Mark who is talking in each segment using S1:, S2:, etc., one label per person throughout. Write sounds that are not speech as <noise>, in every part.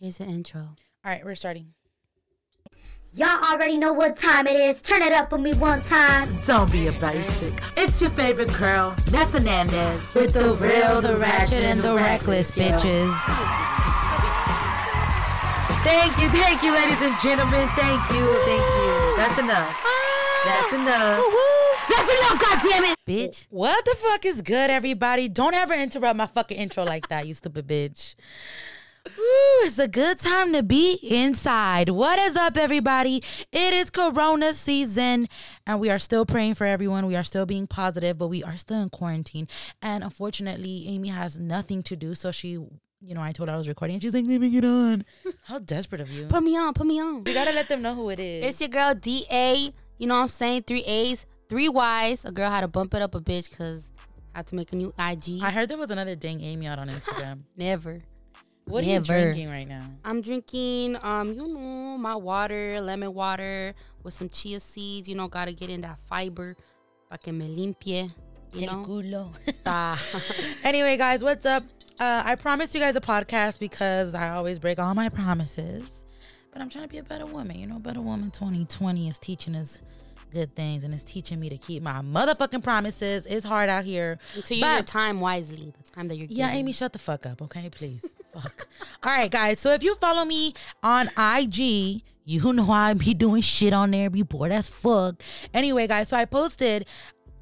S1: Here's the intro.
S2: All right, we're starting.
S3: Y'all already know what time it is. Turn it up for me one time.
S4: Don't be a basic. It's your favorite girl, Nessa Nandez. With the real, the ratchet, and the reckless, bitches.
S1: bitches.
S4: Thank you, thank you, ladies and gentlemen. Thank you, thank you. That's enough. That's
S2: Ah!
S4: enough. That's enough, goddammit.
S1: Bitch.
S2: What the fuck is good, everybody? Don't ever interrupt my fucking intro like that, you stupid bitch. Ooh, it's a good time to be inside. What is up, everybody? It is Corona season, and we are still praying for everyone. We are still being positive, but we are still in quarantine. And unfortunately, Amy has nothing to do, so she, you know, I told her I was recording, and she's like, leaving it on. <laughs> How desperate of you.
S1: Put me on, put me on.
S2: You gotta let them know who it is.
S1: It's your girl DA. You know what I'm saying? Three A's, three Y's. A girl had to bump it up a bitch because had to make a new IG.
S2: I heard there was another dang Amy out on Instagram. <laughs>
S1: Never.
S2: What are you
S1: Never.
S2: drinking right now?
S1: I'm drinking, um, you know, my water, lemon water with some chia seeds. You know, gotta get in that fiber. Pa que me limpie. You know. Está.
S2: <laughs> anyway, guys, what's up? Uh, I promised you guys a podcast because I always break all my promises. But I'm trying to be a better woman. You know, Better Woman 2020 is teaching us good things and it's teaching me to keep my motherfucking promises. It's hard out here.
S1: to use
S2: But-
S1: your time wisely, the time that you're
S2: Yeah,
S1: given.
S2: Amy, shut the fuck up, okay? Please. fuck. All right, guys. So if you follow me on IG, you know I be doing shit on there, be bored as fuck. Anyway, guys, so I posted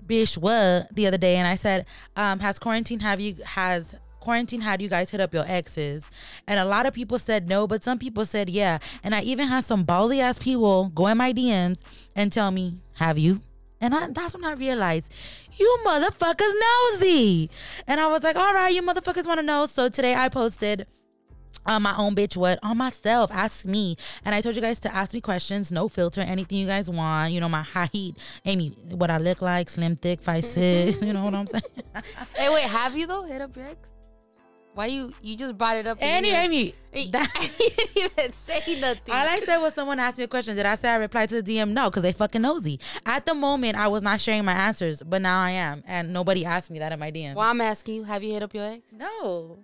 S2: Bish what the other day and I said, um, has quarantine have you has quarantine had you guys hit up your exes? And a lot of people said no, but some people said yeah. And I even had some ballsy ass people go in my DMs and tell me, have you? And I, that's when I realized, you motherfuckers nosy. And I was like, all right, you motherfuckers want to know. So today I posted uh, my own bitch what on myself. Ask me. And I told you guys to ask me questions, no filter, anything you guys want. You know, my height, Amy, what I look like, slim, thick, five, six. <laughs> you know what I'm saying?
S1: Hey, wait, have you though? Hit up your ex? Why you you just brought it up? and
S2: Any,
S1: you didn't- <laughs>
S2: Amy. that-
S1: you didn't even say nothing.
S2: All <laughs> I said was someone asked me a question. Did I say I replied to the DM? No, because they fucking nosy. At the moment, I was not sharing my answers, but now I am. And nobody asked me that in my DM.
S1: well, I'm asking you, have you hit up your ex?
S2: No,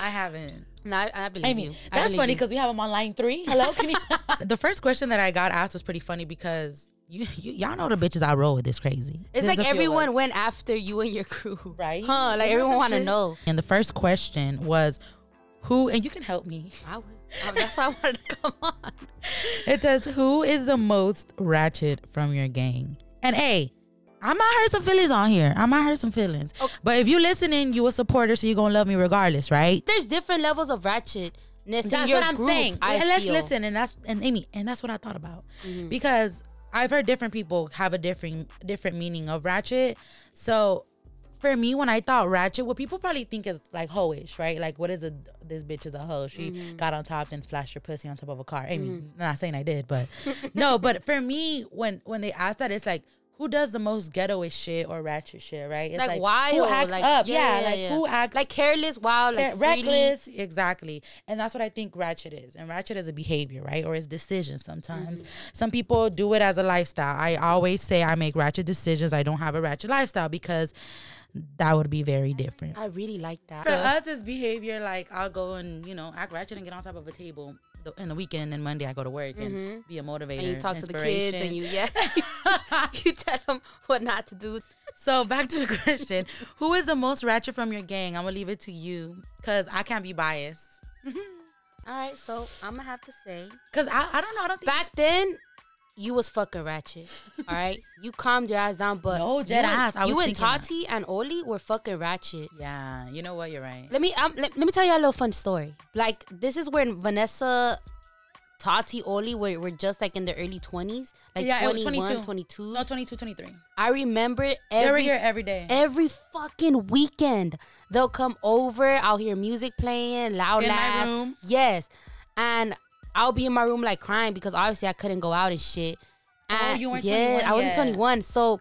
S2: I haven't.
S1: No, I, I believe you. I
S2: that's
S1: believe
S2: funny
S1: you.
S2: because we have them on line three. Hello, <laughs> can you? the first question that I got asked was pretty funny because you, you y'all know the bitches I roll with is crazy.
S1: it's
S2: There's
S1: like
S2: a few of
S1: everyone
S2: us.
S1: went after you and your crew,
S2: Right?
S1: Huh?
S2: Isn't that
S1: Like everyone
S2: some
S1: want to
S2: shit?
S1: know.
S2: And the first question was, who? And you can help me. <laughs>
S1: I would. I- that's why I <laughs> wanted to come on.
S2: It says, who is the most ratchet from your gang? And hey. I might hurt some feelings on here. I might hurt some feelings. But if you listening, you a supporter, so you gonna love me regardless, right?
S1: There's different levels of ratchetness. in
S2: That's
S1: your
S2: what I'm
S1: group,
S2: saying.
S1: I
S2: and let's
S1: feel. Mm-hmm.
S2: listen, and that's and Amy, and that's what I thought about because I've heard different people have a different different meaning of ratchet. So for me, when I thought ratchet, what people probably think is like hoish, right? Like, what is a this bitch is a hoe? She
S1: Mm-hmm.
S2: got on top and flashed her pussy on top of a car. Amy, not saying I
S1: <laughs>
S2: did, but no. But for me, when when they ask that, it's like. Who does the most ghettoish shit or ratchet shit, right? It's
S1: Like,
S2: who
S1: wild,
S2: acts
S1: like
S2: up,
S1: yeah,
S2: yeah, like
S1: yeah.
S2: who acts
S1: like careless, wild, like
S2: Care-
S1: freely.
S2: reckless exactly and that's what i think ratchet is and ratchet is a behavior right or it's decision sometimes
S1: Mm-hmm.
S2: some people do it as a lifestyle i always say i make ratchet decisions i don't have a ratchet lifestyle because that would be very different
S1: I really like that.
S2: for us it's behavior like i'll go and you know act ratchet and get on top of a table th- in the weekend and then monday i go to work and be a motivator
S1: Mm-hmm. and you talk to the kids
S2: inspiration.
S1: and you yeah <laughs> you tell them what not to do
S2: <laughs> So back to the question: Who is the most ratchet from your gang? I'm gonna leave it to you because I can't be biased.
S1: all right so i'm gonna have to say
S2: Because I, I don't know. I don't think
S1: back then you was fucking ratchet all right you calmed your ass down but
S2: No,
S1: you
S2: dead
S1: and-
S2: ass. I
S1: you
S2: was
S1: and
S2: thinking that.
S1: tati and oli were fucking ratchet
S2: Yeah, you know what? You're right.
S1: let me um, let, let me tell you a little fun story like this is when vanessa tati oli were, were just like in their early 20s like
S2: Yeah, it was
S1: 21
S2: 22.
S1: 22
S2: No, 22, 23.
S1: i remember
S2: Every
S1: every
S2: year, every day.
S1: Every fucking weekend, they'll come over. I'll hear music playing, loud
S2: In my
S1: laughs.
S2: room?
S1: Yes, and I'll be in my room like crying because obviously I couldn't go out and shit. And
S2: Oh, you weren't
S1: yeah,
S2: 21
S1: I wasn't
S2: yet.
S1: twenty one. So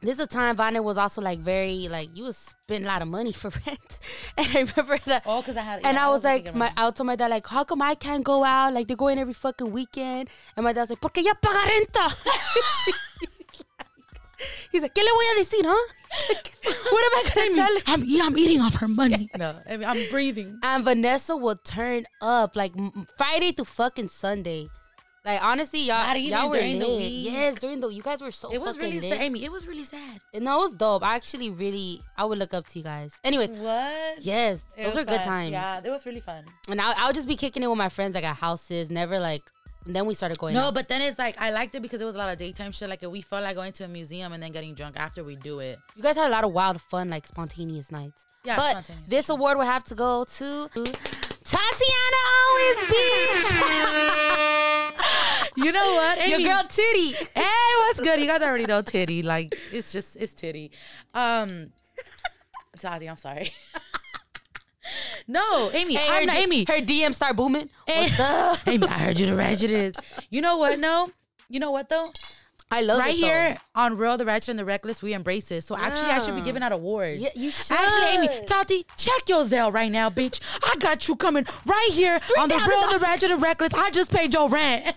S1: this is a time Vanya was also like very like you was spending a lot of money for <laughs> rent, and I remember that.
S2: Oh, 'cause I had-
S1: And
S2: yeah,
S1: I
S2: I
S1: was
S2: wasn't thinking
S1: like,
S2: about
S1: my
S2: that.
S1: I told my dad like, how come I can't go out? Like they're going every fucking weekend, and my dad's like, porque ya paga renta. <laughs> He's like, ¿qué le voy a decir, huh? <laughs> what am I
S2: I
S1: gonna
S2: mean,
S1: tell her?
S2: I'm, e- I'm eating off her money. <laughs> No, I mean, I'm breathing.
S1: And Vanessa will turn up like m- m- Friday to fucking Sunday. Like honestly, y'all,
S2: Not even
S1: y'all were
S2: during the
S1: lit.
S2: week.
S1: Yes, during the you guys were so.
S2: It was
S1: fucking
S2: really
S1: lit.
S2: sad, Amy. It was really sad.
S1: No, it was dope. I actually really, I would look up to you guys. Anyways,
S2: What?
S1: yes,
S2: It
S1: those
S2: was
S1: were good
S2: fun.
S1: times.
S2: Yeah, it was really fun.
S1: And I, I would just be kicking it with my friends like at houses, never like. And then we started going.
S2: No,
S1: out.
S2: but then it's like I liked it because it was a lot of daytime shit. Like if we felt like going to a museum and then getting drunk after we do it.
S1: you guys had a lot of wild, fun, like spontaneous nights.
S2: Yeah,
S1: but
S2: spontaneous.
S1: this award will have to go to Tatiana Owens,
S2: <laughs>
S1: bitch.
S2: You know what?
S1: Your
S2: Amy?
S1: girl Titty.
S2: Hey, what's good? You guys already know Titty. Like it's just it's Titty. <laughs> Um, Tati, I'm sorry. <laughs> no, Amy,
S1: Hey,
S2: I'm
S1: her,
S2: not
S1: D-
S2: Amy.
S1: Her DM start booming.
S2: Hey.
S1: What's up?
S2: Amy, I heard you the ratchet is. You know what? No, you know what though?
S1: I love
S2: right
S1: it, though.
S2: here on Real, the Ratchet, and the Reckless, we embrace it. So actually, I should be
S1: Yeah.
S2: giving out awards.
S1: Yeah, you should.
S2: Actually, Amy, Tati, check your Zelle right now, bitch. I got you coming right here on the Real, the Ratchet, and Reckless. I just paid your rent.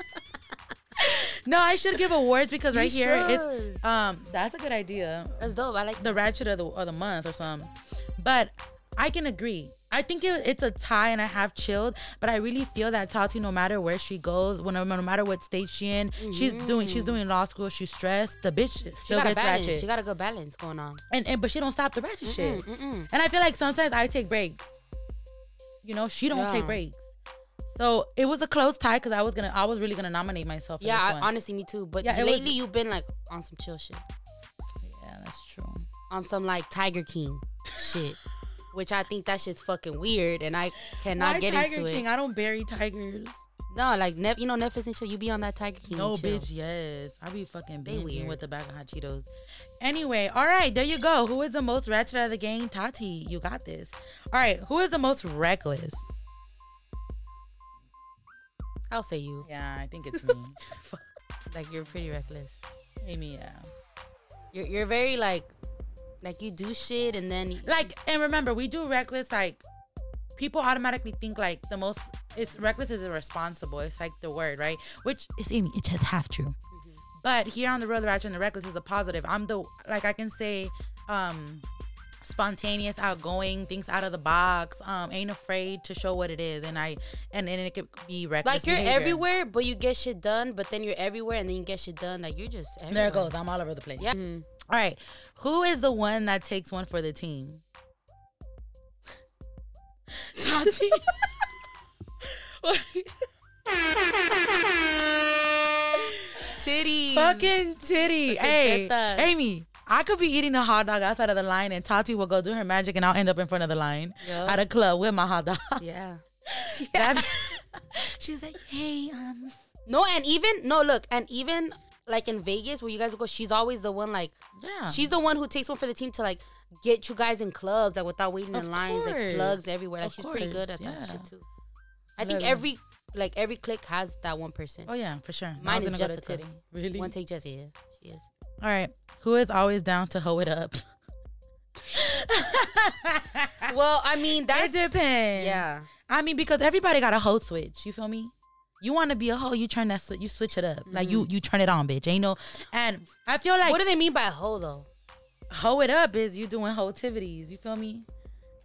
S2: <laughs> no, I should give awards because right here
S1: should.
S2: it's um that's a good idea.
S1: That's dope. I like
S2: The Ratchet of the, of the month or something. But I can agree. I think it, it's a tie and I have chilled, but I really feel that Tati, no matter where she goes, when, no matter what stage she in, she's doing she's doing law school, she's stressed. The bitch
S1: She
S2: still
S1: got a
S2: gets
S1: balance.
S2: ratchet
S1: She got a good balance going on. Mm,
S2: and, and but she don't stop the ratchet shit. And I feel like sometimes I take breaks. You know, she don't
S1: Yeah.
S2: take breaks. So it was a close tie because I was gonna, I was really gonna nominate myself. For
S1: Yeah,
S2: yeah, this
S1: I,
S2: one.
S1: honestly, me too. But
S2: Yeah, it was-
S1: lately, you've been like on some chill shit.
S2: yeah, that's true.
S1: on some like Tiger King shit, which I think that shit's fucking weird, and I cannot
S2: Why
S1: get
S2: Tiger
S1: into
S2: King?
S1: it.
S2: I don't bury tigers.
S1: No, like Nef, you know Netflix and chill. You be on that Tiger King.
S2: No,
S1: and chill.
S2: bitch. Yes, I be fucking
S1: They
S2: binging
S1: weird.
S2: with the bag of hot Cheetos. Anyway, all right, there you go. Who is the most ratchet out of the game? Tati, you got this. All right, who is the most reckless?
S1: I'll say you.
S2: Yeah, I think it's me. <laughs> Fuck,
S1: Like you're pretty reckless.
S2: Amy, yeah.
S1: You're you're very like, like you do shit and then
S2: like and remember we do reckless like people automatically think like the most it's reckless is irresponsible it's like the word right which is Amy it's just half true
S1: Mm-hmm.
S2: but here on the road the ratchet and the reckless is a positive I'm the like I can say um spontaneous outgoing things out of the box um ain't afraid to show what it is and I and and it could be reckless
S1: like you're
S2: behavior.
S1: everywhere, but you get shit done. But then you're everywhere and then you get shit done. Like you're just everywhere.
S2: there it goes Mm-hmm. I'm all over the place
S1: Yeah.
S2: all right who is the one that takes one for the team <laughs> Tati
S1: Titties.
S2: Fucking titty. hey,
S1: tetas.
S2: Amy, I could be eating a hot dog outside of the line and Tati will go do her magic and I'll end up in front of the line
S1: Yup.
S2: at a club with my hot dog.
S1: Yeah.
S2: <laughs> That- She's like, hey, um,
S1: No, and even no look, and even like in Vegas where you guys go, she's always the one like
S2: yeah.
S1: She's the one who takes one for the team to like get you guys in clubs like without waiting
S2: Of
S1: in lines,
S2: course.
S1: like plugs everywhere. Like
S2: Of
S1: she's pretty good
S2: course,
S1: at
S2: yeah.
S1: that shit too. I think
S2: Love it.
S1: every like every clique has that one person.
S2: Oh, yeah, for sure.
S1: Mine
S2: I
S1: is
S2: was gonna go to
S1: Jessica.
S2: Titty. Really?
S1: One take Jessie, yeah, she is.
S2: All right. Who is always down to hoe it up?
S1: Well, I mean that's
S2: Ah. it depends.
S1: yeah.
S2: I mean, because everybody got a hoe switch. You feel me? You want to be a hoe, you turn that switch, you switch it up. Like, you you turn it on, bitch. Ain't no. And I feel like.
S1: what do they mean by hoe though?
S2: hoe it up is you doing hoe activities. You feel me?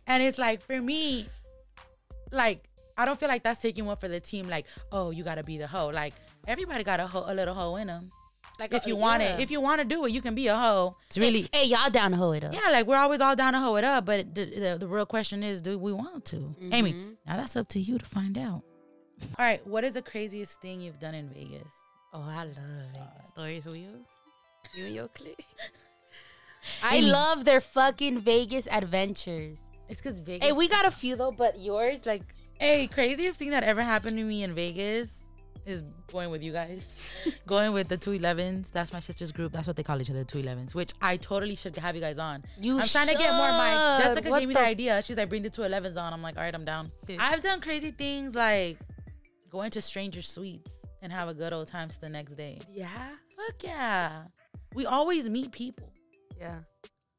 S2: And it's like for me, like I don't feel like that's taking one for the team. Like oh, you gotta be the hoe. Like everybody got a hoe, a little hoe in them.
S1: Like
S2: If you want it, if you want to do it, you can be a hoe. Uh, It's really
S1: hey y'all down to hoe it up.
S2: yeah. Like we're always all down to hoe it up, but the, the, the real question is, do we want to? Amy,
S1: Mm-hmm.
S2: now that's up to you to find out. <laughs> All right, what is the craziest thing you've done in Vegas?
S1: Oh, I love Vegas stories with you. You and your clique. I
S2: Amy.
S1: love their fucking Vegas adventures.
S2: It's because Vegas.
S1: Hey, we got a few though, but yours like
S2: Hey, craziest thing that ever happened to me in Vegas is going with you guys.
S1: <laughs>
S2: going with the 211s. That's my sister's group. That's what they call each other, 211s, which I totally should have you guys on.
S1: You
S2: I'm trying to get more mics.
S1: should.
S2: Jessica
S1: What
S2: gave me
S1: the
S2: the idea. She's like, bring the 211s on. I'm like, all right, I'm down.
S1: Yeah.
S2: I've done crazy things like going to stranger suites and have a good old time to the next day.
S1: yeah.
S2: Fuck yeah. We always meet people.
S1: Yeah.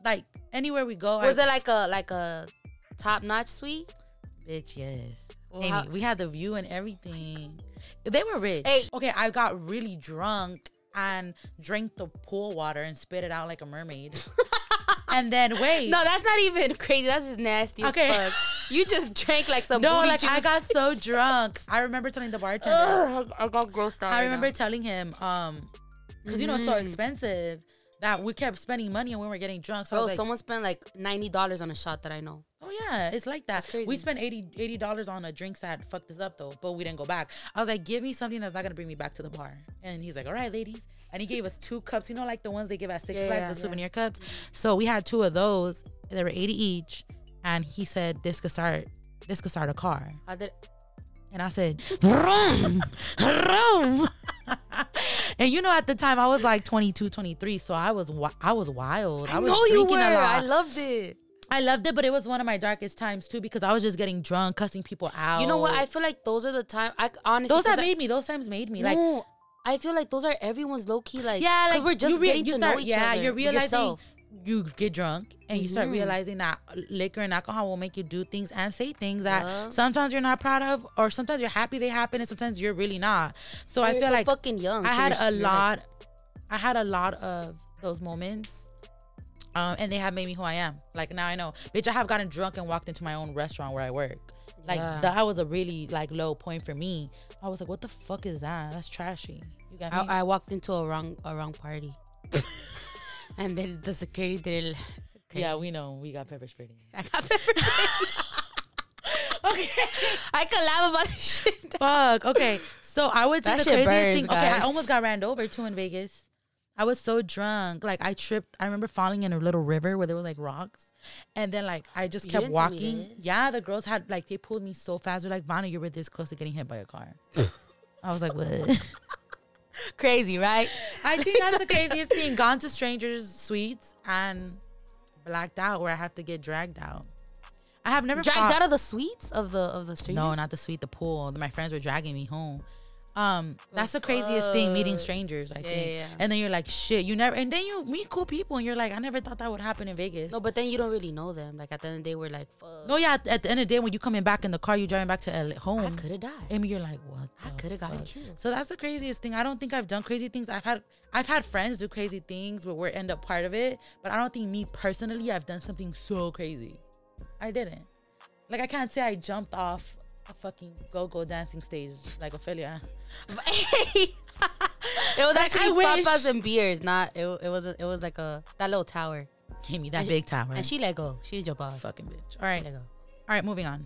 S2: Like anywhere we go,
S1: Was
S2: I,
S1: it like a like a top notch suite?
S2: Bitch, yes.
S1: Well,
S2: Amy,
S1: how-
S2: we had the view and everything. They were rich.
S1: Hey.
S2: Okay, I got really drunk and drank the pool water and spit it out like
S1: <laughs>
S2: a mermaid. and then wait.
S1: No, that's not even crazy. That's just nasty
S2: Okay.
S1: as fuck. You just drank like some
S2: No,
S1: booty
S2: like I
S1: juice.
S2: got so drunk. I remember telling the bartender.
S1: Ugh, I got grossed out.
S2: I
S1: right
S2: remember
S1: now.
S2: telling him, um, because you know it's so
S1: Mhm.
S2: expensive that we kept spending money and we were getting drunk. So I
S1: Bro,
S2: was like,
S1: someone spent like ninety dollars on a shot that I know.
S2: oh yeah, it's like that.
S1: That's crazy.
S2: We spent 80 dollars on a drinks that fucked us up though, but we didn't go back. I was like, give me something that's not gonna bring me back to the bar. And he's like, all right, ladies. And he gave us two cups, you know, like the ones they give at Six
S1: Yeah,
S2: Flags,
S1: yeah,
S2: the
S1: yeah.
S2: souvenir cups. So we had two of those. They were 80 each, and he said this could start. This could start a car.
S1: I did.
S2: And I said, vroom, vroom. <laughs> and you know, at the time I was like 22, 23. So I was, wi- I was wild. I, was drinking A lot. I,
S1: I loved it.
S2: loved it, but it was one of my darkest times too, because I was just getting drunk, cussing people out.
S1: You know what? I feel like those are the time. I c- honestly
S2: those that
S1: since I-
S2: made me, those times made me like,
S1: No, I feel like those are everyone's low key. Like
S2: yeah,
S1: 'cause
S2: like
S1: we're just
S2: you re-
S1: getting
S2: you
S1: to
S2: start-
S1: know each
S2: yeah,
S1: other.
S2: you're realizing
S1: yourself.
S2: you get drunk and you start
S1: Mhm.
S2: realizing that liquor and alcohol will make you do things and say things that
S1: Yeah.
S2: sometimes you're not proud of, or sometimes you're happy they happen, and sometimes you're really not. So I
S1: You're
S2: feel
S1: so
S2: like
S1: fucking young.
S2: I
S1: Oh, so
S2: had
S1: you're-
S2: a
S1: you're like-
S2: lot. I had a lot of those moments, um, and they have made me who I am. Like now I know, bitch. I have gotten drunk and walked into my own restaurant where I work. Like
S1: Yeah.
S2: that was a really like low point for me. I was like, what the fuck is that? That's trashy. You got me.
S1: I, I walked into a wrong a wrong party, <laughs> and then the security did. Okay.
S2: Yeah, we know we got pepper sprayed.
S1: I got pepper. <laughs> okay, I can laugh about this shit. <laughs>
S2: Fuck. Okay. So I would
S1: That
S2: say the
S1: shit
S2: craziest
S1: burns,
S2: thing. Okay, I
S1: guys.
S2: almost got ran over too in Vegas. I was so drunk. Like I tripped. I remember falling in a little river where there were like rocks. And then like I just
S1: You
S2: kept
S1: didn't tell me
S2: walking.
S1: this.
S2: Yeah, the girls had like they pulled me so fast. They're like, Vana, you were this close to getting hit by a car. I was like, what?
S1: Crazy, right?
S2: <laughs> I think that's the craziest thing. Gone to strangers' suites and blacked out where I have to get dragged out. I have never
S1: Dragged
S2: fought-
S1: out of the suites of the of the strangers.
S2: No, not the suite, the pool. My friends were dragging me home. Um, that's the craziest thing, meeting
S1: fuck.
S2: strangers, I
S1: Yeah,
S2: think.
S1: yeah, yeah.
S2: And then you're like, shit, you never and then you meet cool people and you're like, I never thought that would happen in Vegas.
S1: No, but then you don't really know them. Like at the end of the day, we're like, fuck.
S2: no, yeah, at, at the end of the day, when you coming back in the car, you're driving back to LA,
S1: I
S2: home.
S1: could have died.
S2: And you're like, what?
S1: I
S2: the
S1: coulda gotten <laughs>
S2: fuck?
S1: killed.
S2: So that's the craziest thing. I don't think I've done crazy things. I've had I've had friends do crazy things, but we end up part of it. But I don't think me personally, I've done something so crazy. I didn't. Like I can't say I jumped off a fucking go-go dancing stage like Ophelia.
S1: it was
S2: Like, I
S1: actually
S2: wish.
S1: papas and beers. Not it. It wasn't. It was like a that little tower,
S2: Give me that big tower.
S1: and she let go. She didn't jump off.
S2: fucking bitch. All right.
S1: Let go.
S2: All right, moving on.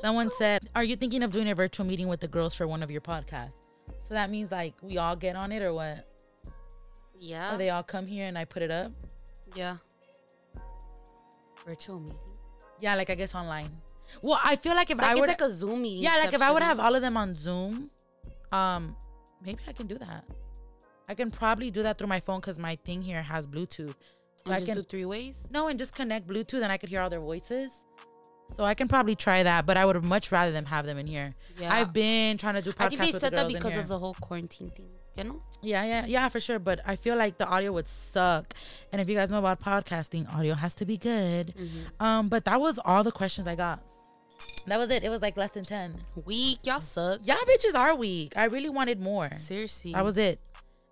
S2: Someone said, Are you thinking of doing a virtual meeting with the girls for one of your podcasts? So that means like we all get on it or what?
S1: Yeah.
S2: Or they all come here and I put it up?
S1: Yeah. Virtual meeting.
S2: Yeah, like I guess online. Well, I feel like if
S1: Like
S2: I
S1: it's
S2: would
S1: like a Zoom meeting.
S2: Yeah, like
S1: type
S2: if I
S1: shit,
S2: would
S1: huh?
S2: have all of them on Zoom, um, maybe I can do that. I can probably do that through my phone because my thing here has Bluetooth. So
S1: And
S2: I
S1: just
S2: can
S1: do three ways.
S2: No, and just connect Bluetooth and I could hear all their voices. So I can probably try that, but I would much rather them have them in here.
S1: Yeah.
S2: I've been trying to do podcasts
S1: I think they
S2: with
S1: said
S2: the
S1: that
S2: girls in
S1: because
S2: here.
S1: of the whole quarantine thing. You know?
S2: Yeah, yeah, yeah, for sure. But I feel like the audio would suck. And if you guys know about podcasting, audio has to be good. Um, but that was all the questions I got. That was it. It was like less than ten.
S1: Weak, y'all suck.
S2: Y'all bitches are weak. I really wanted more.
S1: Seriously.
S2: That was it.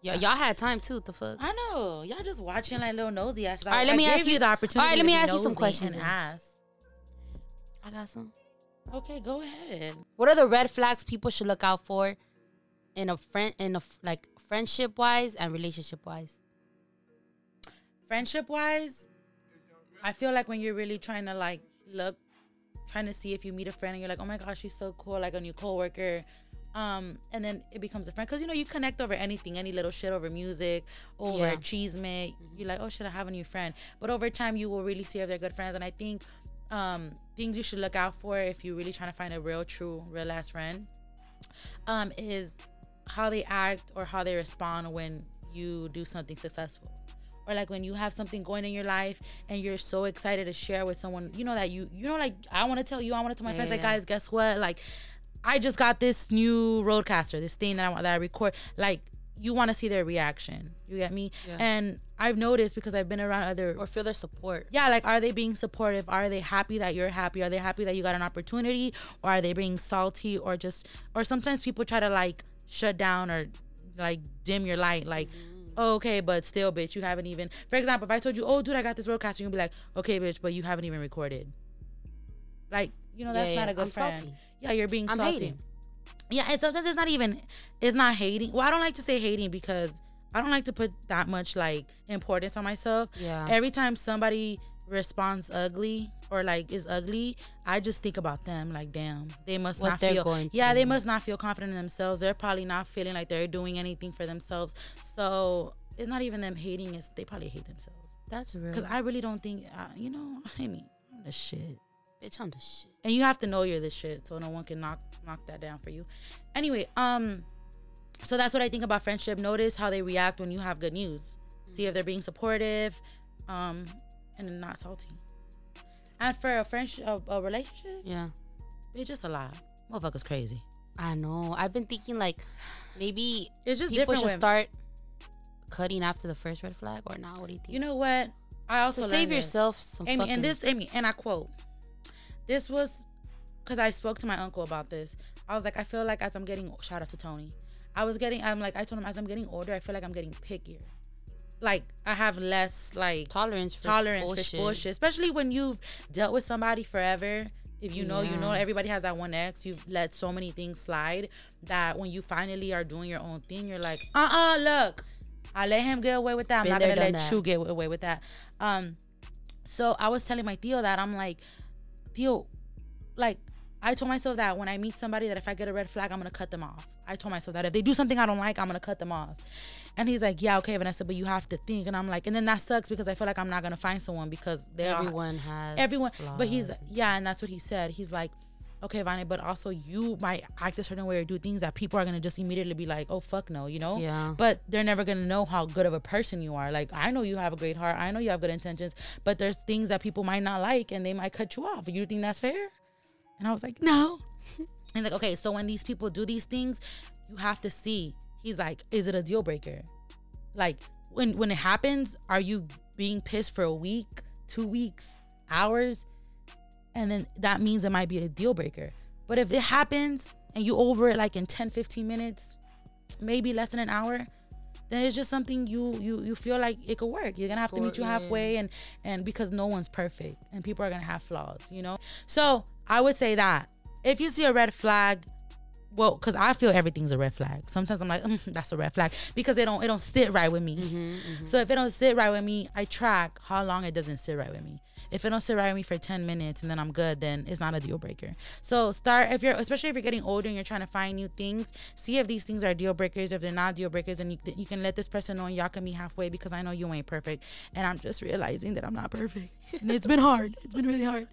S1: Yeah, y'all had time too. What the fuck?
S2: I know. Y'all just watching like little nosy asses.
S1: All right, let me ask
S2: gave
S1: you-
S2: the
S1: all right,
S2: opportunity.
S1: let
S2: to
S1: me
S2: be
S1: ask you some
S2: nosy
S1: questions
S2: And
S1: then.
S2: ask.
S1: I got some.
S2: Okay, go ahead.
S1: What are the red flags people should look out for in a friend in a f- like friendship wise and relationship wise?
S2: friendship wise, I feel like when you're really trying to like look, trying to see if you meet a friend and you're like, oh my gosh, she's so cool, like a new coworker. Um, and then it becomes a friend because you know you connect over anything, any little shit over music, over
S1: Yeah.
S2: cheese mate. You're like, oh, should I have a new friend? But over time, you will really see if they're good friends. And I think um, things you should look out for if you're really trying to find a real, true, real ass friend um, is how they act or how they respond when you do something successful or like when you have something going in your life and you're so excited to share with someone you know that you you know like i want to tell you i want to tell my friends like
S1: Yeah.
S2: guys guess what like i just got this new roadcaster this thing that i want that i record like you want to see their reaction you get me
S1: Yeah.
S2: and i've noticed because i've been around other
S1: Or feel their support.
S2: yeah, like are they being supportive? Are they happy that you're happy? Are they happy that you got an opportunity? Or are they being salty or just or sometimes people try to like shut down or like dim your light. Like, okay, but still, bitch, you haven't even. For example, if I told you, oh, dude, I got this roadcaster, you'll be like, okay, bitch, but you haven't even recorded. Like, you know, that's
S1: Yeah,
S2: not
S1: yeah,
S2: a good
S1: I'm
S2: friend.
S1: salty.
S2: Yeah, you're being
S1: I'm
S2: salty.
S1: hating.
S2: Yeah, and sometimes it's not even it's not hating. Well, I don't like to say hating because I don't like to put that much like importance on myself.
S1: Yeah.
S2: Every time somebody responds ugly or like is ugly, I just think about them. Like, damn, they must
S1: What
S2: not
S1: they're
S2: feel.
S1: going
S2: yeah, they
S1: through.
S2: must not feel confident in themselves. They're probably not feeling like they're doing anything for themselves. So it's not even them hating. It's they probably hate themselves.
S1: That's real.
S2: Because I really don't think, uh, you know, <laughs> I mean, I'm the shit
S1: bitch, I'm the shit.
S2: and you have to know you're the shit so no one can knock knock that down for you anyway um so that's what i think about friendship notice how they react when you have good news see if they're being supportive um and not salty and for a friendship a, a relationship
S1: Yeah.
S2: it's just a lot motherfuckers crazy
S1: I know. I've been thinking like <sighs> maybe
S2: It's just
S1: people
S2: different
S1: should
S2: with-
S1: start cutting after the first red flag or not. What do you think?
S2: you know what i
S1: to
S2: also learned
S1: save
S2: this.
S1: yourself some
S2: Amy,
S1: fucking
S2: and this, Amy, and I quote, this was because I spoke to my uncle about this. I was like, I feel like as I'm getting, shout out to Tony, I was getting, I'm like, I told him, as I'm getting older, I feel like I'm getting pickier. Like, I have less, like,
S1: tolerance for
S2: tolerance
S1: bullshit.
S2: for bullshit, especially when you've dealt with somebody forever. If you know, you know,
S1: Yeah.
S2: everybody has that one ex. You've let so many things slide that when you finally are doing your own thing, you're like, uh uh look, I let him get away with that. I'm
S1: Been
S2: not
S1: there,
S2: gonna let
S1: done that.
S2: you get away with that. Um, so I was telling my Theo that I'm like, Theo, like I told myself that when I meet somebody that if I get a red flag, I'm gonna cut them off. I told myself that if they do something I don't like, I'm gonna cut them off. And he's like, Yeah, okay, Vanessa, but you have to think. And I'm like, and then that sucks because I feel like I'm not gonna find someone because they are-
S1: Everyone has
S2: everyone. But he's
S1: flaws.
S2: yeah, and that's what he said. He's like, Okay, Vanya, but also you might act a certain way or do things that people are gonna just immediately be like, Oh fuck no, you know?
S1: Yeah.
S2: But they're never gonna know how good of a person you are. Like I know you have a great heart, I know you have good intentions, but there's things that people might not like and they might cut you off. You think that's fair? And I was like, no. <laughs> He's like, okay, so when these people do these things, you have to see. He's like, is it a deal breaker? Like when when it happens, are you being pissed for a week, two weeks, hours? And then that means it might be a deal breaker. But if it happens and you over it like in 10, 15 minutes, maybe less than an hour, then it's just something you you you feel like it could work. You're gonna have to meet you
S1: Yeah.
S2: halfway and and because no one's perfect and people are gonna have flaws, you know? So I would say that if you see a red flag, well, because I feel everything's a red flag. Sometimes I'm like, mm, that's a red flag because they don't it don't sit right with me. So if it don't sit right with me, I track how long it doesn't sit right with me. If it don't sit right with me for ten minutes and then I'm good, then it's not a deal breaker. So start if you're especially if you're getting older and you're trying to find new things, see if these things are deal breakers. If they're not deal breakers, and you, you can let this person know and y'all can be halfway because I know you ain't perfect, and I'm just realizing that I'm not perfect, and it's been hard. It's been really hard.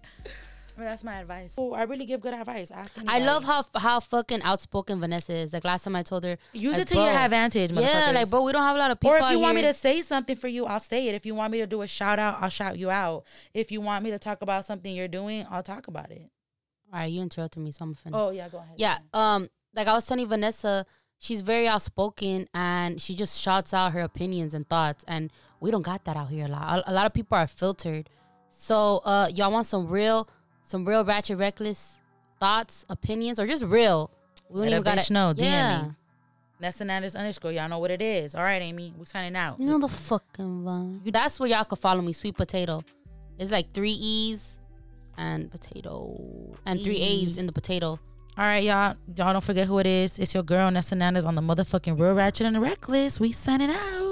S2: But that's my advice. Oh, I really give good advice. Ask
S1: I
S2: anybody.
S1: love how how fucking outspoken Vanessa is. Like last time I told her,
S2: Use
S1: like,
S2: it to your
S1: bro,
S2: advantage,
S1: Yeah, like
S2: motherfuckers.
S1: bro, we don't have a lot of people.
S2: Or if you
S1: out
S2: want me
S1: here.
S2: to say something for you, I'll say it. If you want me to do a shout out, I'll shout you out. If you want me to talk about something you're doing, I'll talk about it.
S1: all right, you interrupted me, so I'm offended.
S2: Oh yeah, go ahead.
S1: Mm. Yeah. Um, like I was telling Vanessa, she's very outspoken and she just shouts out her opinions and thoughts. And we don't got that out here a lot. A, a lot of people are filtered. So uh y'all want some real, some real ratchet reckless thoughts, opinions, or just real. We
S2: Let a bitch know, DM
S1: yeah.
S2: me. That's the Natus underscore. Y'all know what it is. All right, Amy, we signing out.
S1: You know the fucking vibe. That's where y'all could follow me, sweet potato. It's like three E's and potato. And three
S2: E.
S1: A's in the potato.
S2: All right, y'all. Y'all don't forget who it is. It's your girl Nessa Nanas on the motherfucking real ratchet and the reckless. We signing out.